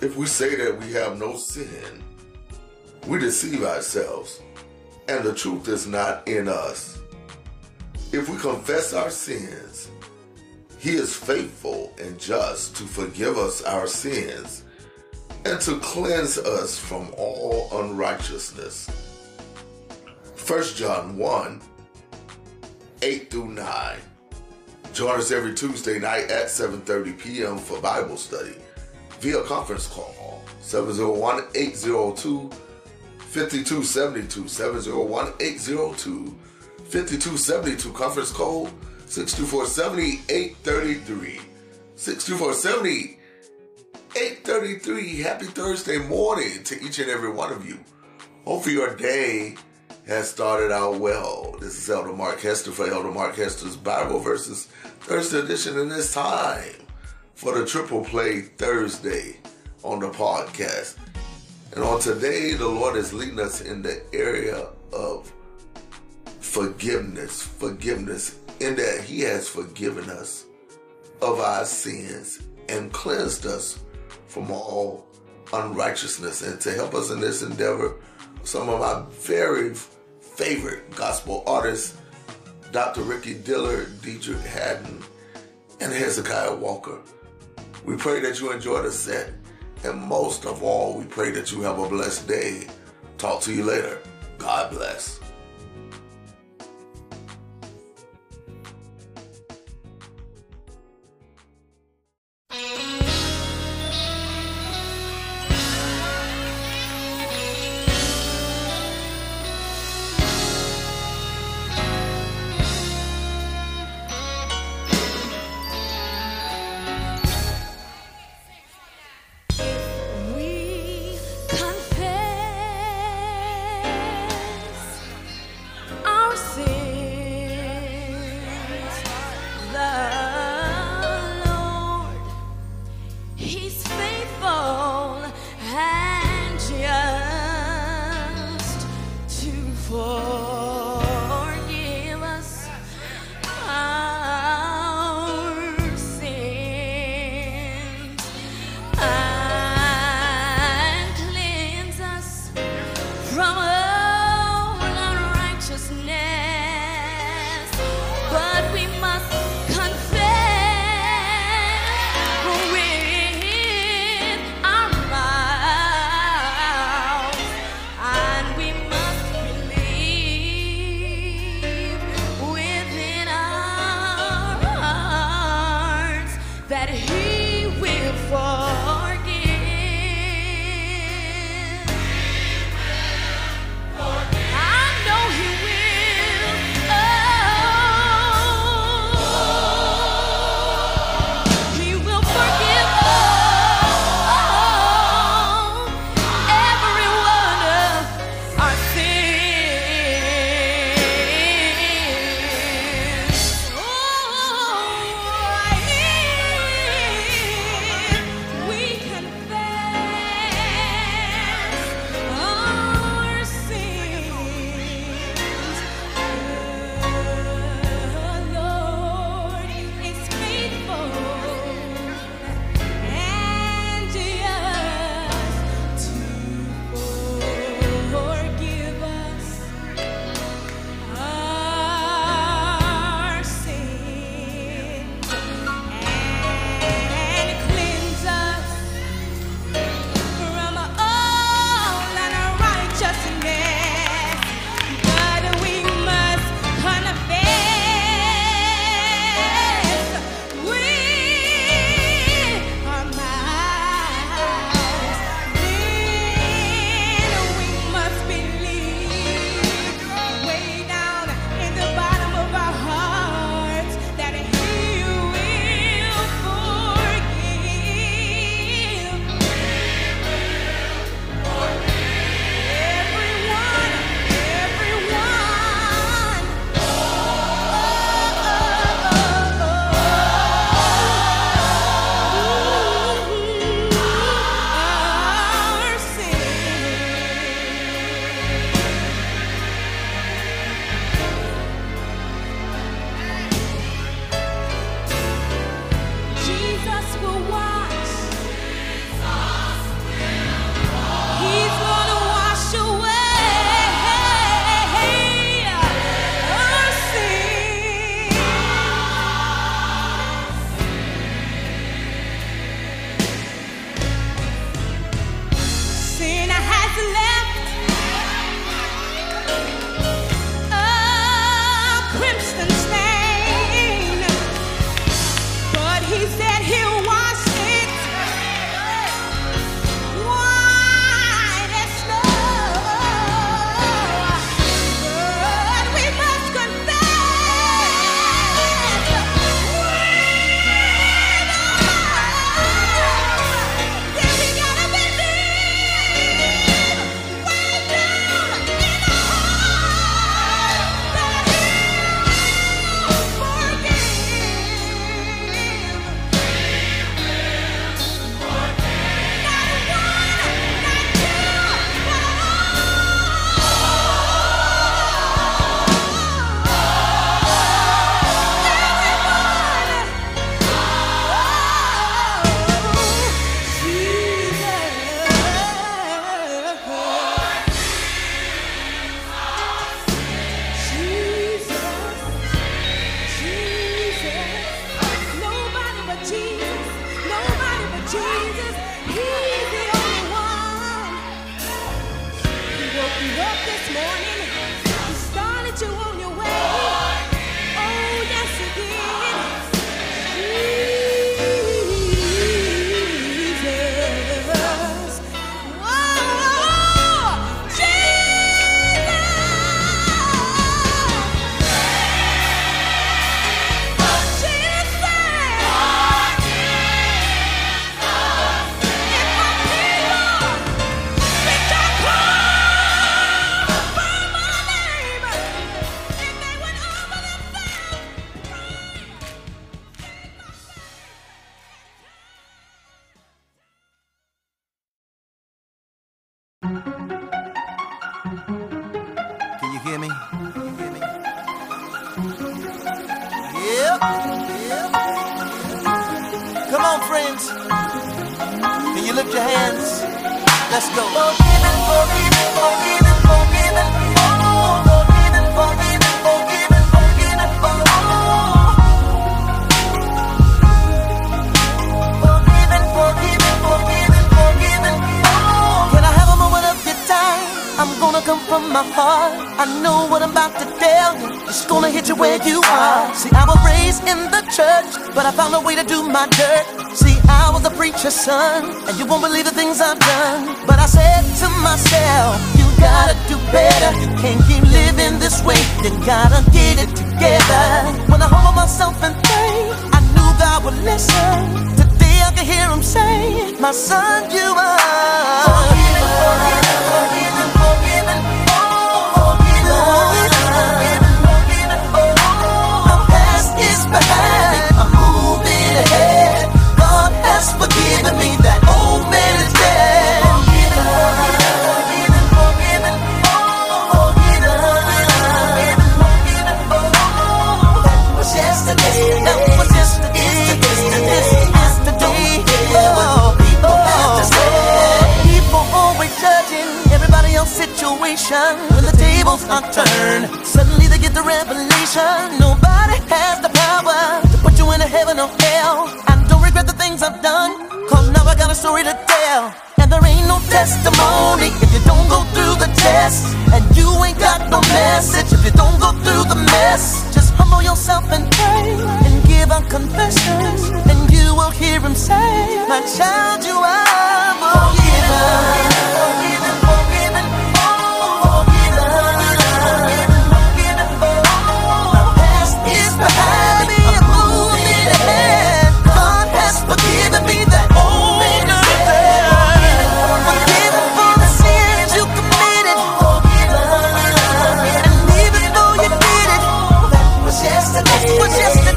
If we say that we have no sin, we deceive ourselves, and the truth is not in us. If we confess our sins, He is faithful and just to forgive us our sins and to cleanse us from all unrighteousness. 1 John 1 8 through 9. Join us every Tuesday night at 7:30 p.m. for Bible study via conference call 701-802-5272 701-802-5272 conference call 624-70-833 624-70 8.33 happy thursday morning to each and every one of you hopefully your day has started out well this is elder mark hester for elder mark hester's bible verses thursday edition and it's time for the triple play thursday on the podcast and on today the lord is leading us in the area of forgiveness forgiveness in that he has forgiven us of our sins and cleansed us from all unrighteousness. And to help us in this endeavor, some of my very favorite gospel artists, Dr. Ricky Diller, Dietrich Haddon, and Hezekiah Walker. We pray that you enjoy the set. And most of all, we pray that you have a blessed day. Talk to you later. God bless. If we confess Yep. Yep. Come on, friends. Can you lift your hands? Let's go. Can I have a moment of your time? I'm gonna come from my heart. I know what I'm about to tell you. It's gonna hit you where you are. See, I was raised in the church, but I found a way to do my dirt. See, I was a preacher's son, and you won't believe the things I've done. But I said to myself, you gotta do better. You can't keep living this way. You gotta get it together. When I humble myself and think, I knew God would listen. Today I can hear him say, my son, you are. My past is behind. I'm moving ahead. God has forgiven me. That old man is dead. That was yesterday. That was yesterday. Yesterday. Oh, people have to say. People always judging everybody else's situation. When the tables are turned, suddenly they get the revelation. Nobody has the power to put you in a heaven or hell. I don't regret the things I've done, cause now I got a story to tell. And there ain't no testimony if you don't go through the test. And you ain't got no message if you don't go through the mess. Just humble yourself and pray and give out confessions. And you will hear him say, My child, you are forgiven. My past is behind me. I'm moving ahead. God has forgiven me that old man is dead. Forgiven for the sins you committed. And even though you did it, that was yesterday. That was yesterday. I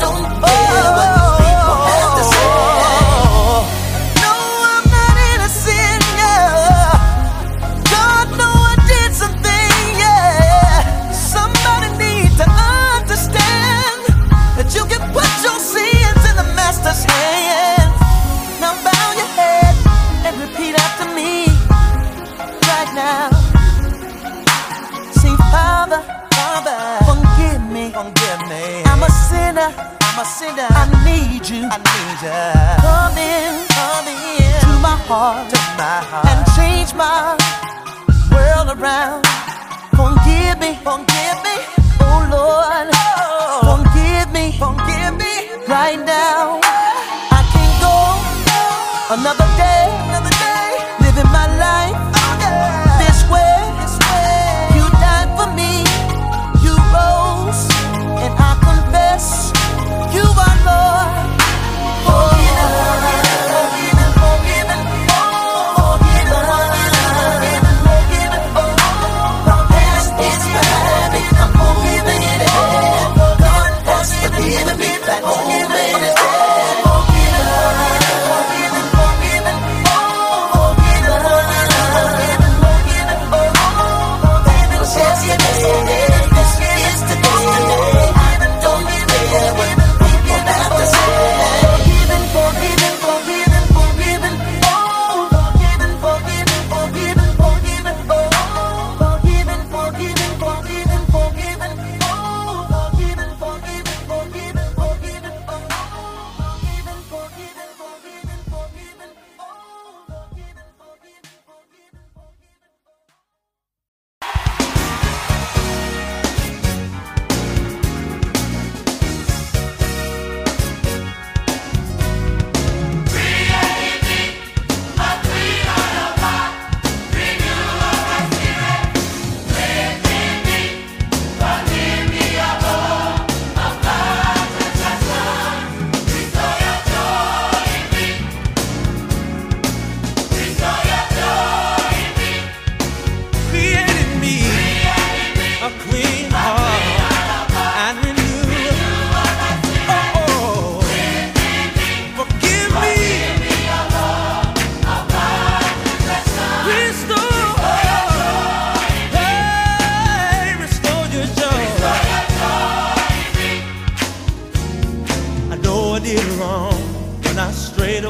don't care what these people have to say. No, I'm not innocent, yeah. God know I did something, yeah. Somebody need to understand that you can put your sins in the master's hands. Now bow your head and repeat after me right now. Say, Father, Father, forgive me. Forgive me. I'm a sinner. I'm a sinner. I need you. I need you. Come in, come in to my heart, to my heart, and change my world around. Forgive me, forgive me, oh Lord. Forgive me, forgive me right now. I can't go another day, another day, living my life this way. You died for me, you rose, and I confess you are Lord. That old man is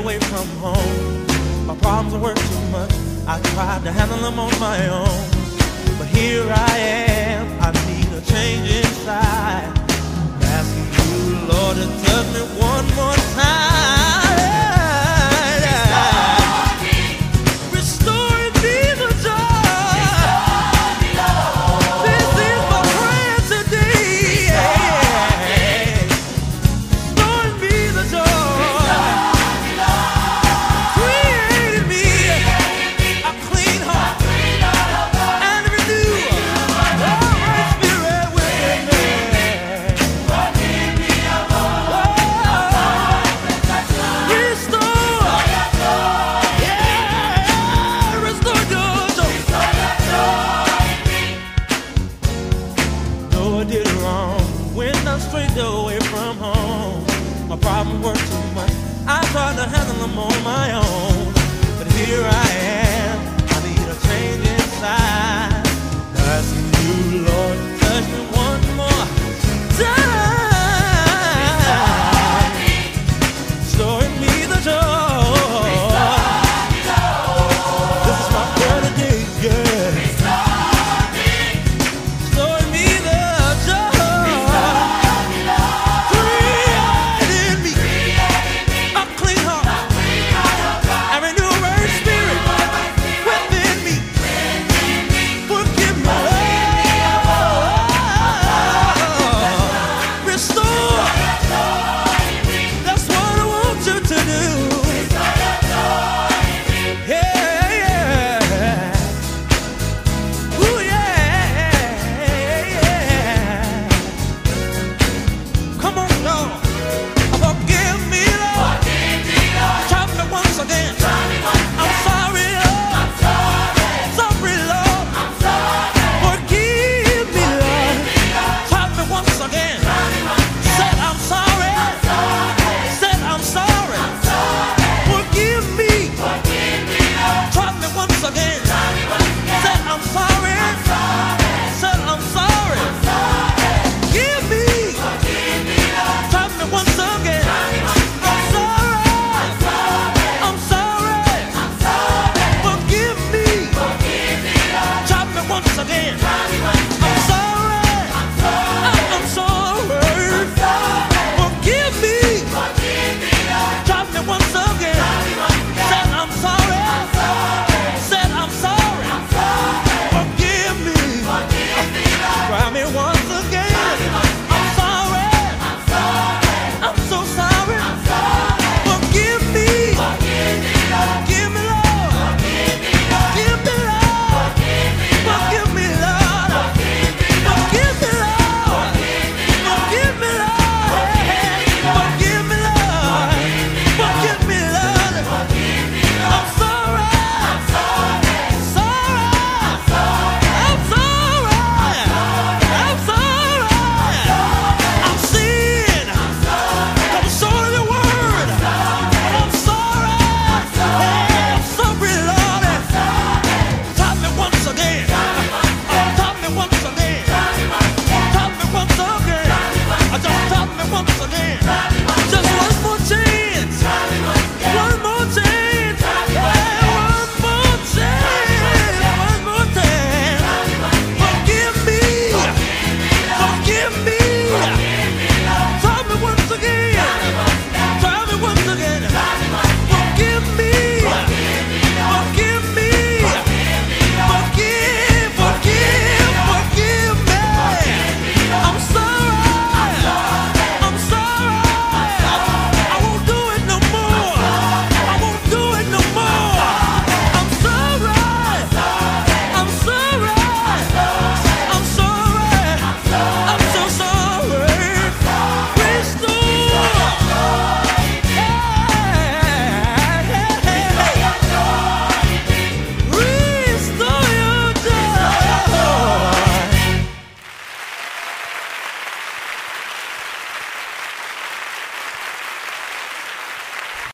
Oh, come home. My problems were too much. I tried to handle them on my own. But here I am. I need a change inside. I'm asking you, Lord, to touch me one more time. Restore in me the joy. This is my prayer today. Restore in me the joy. Created me a clean heart and renew a right spirit within me. Oh, Restore, yeah, restore your joy. Though I did wrong when I strayed away from home, my problems were too much. I tried to handle them on my own, but here I am. I need a change inside. Asking you, Lord.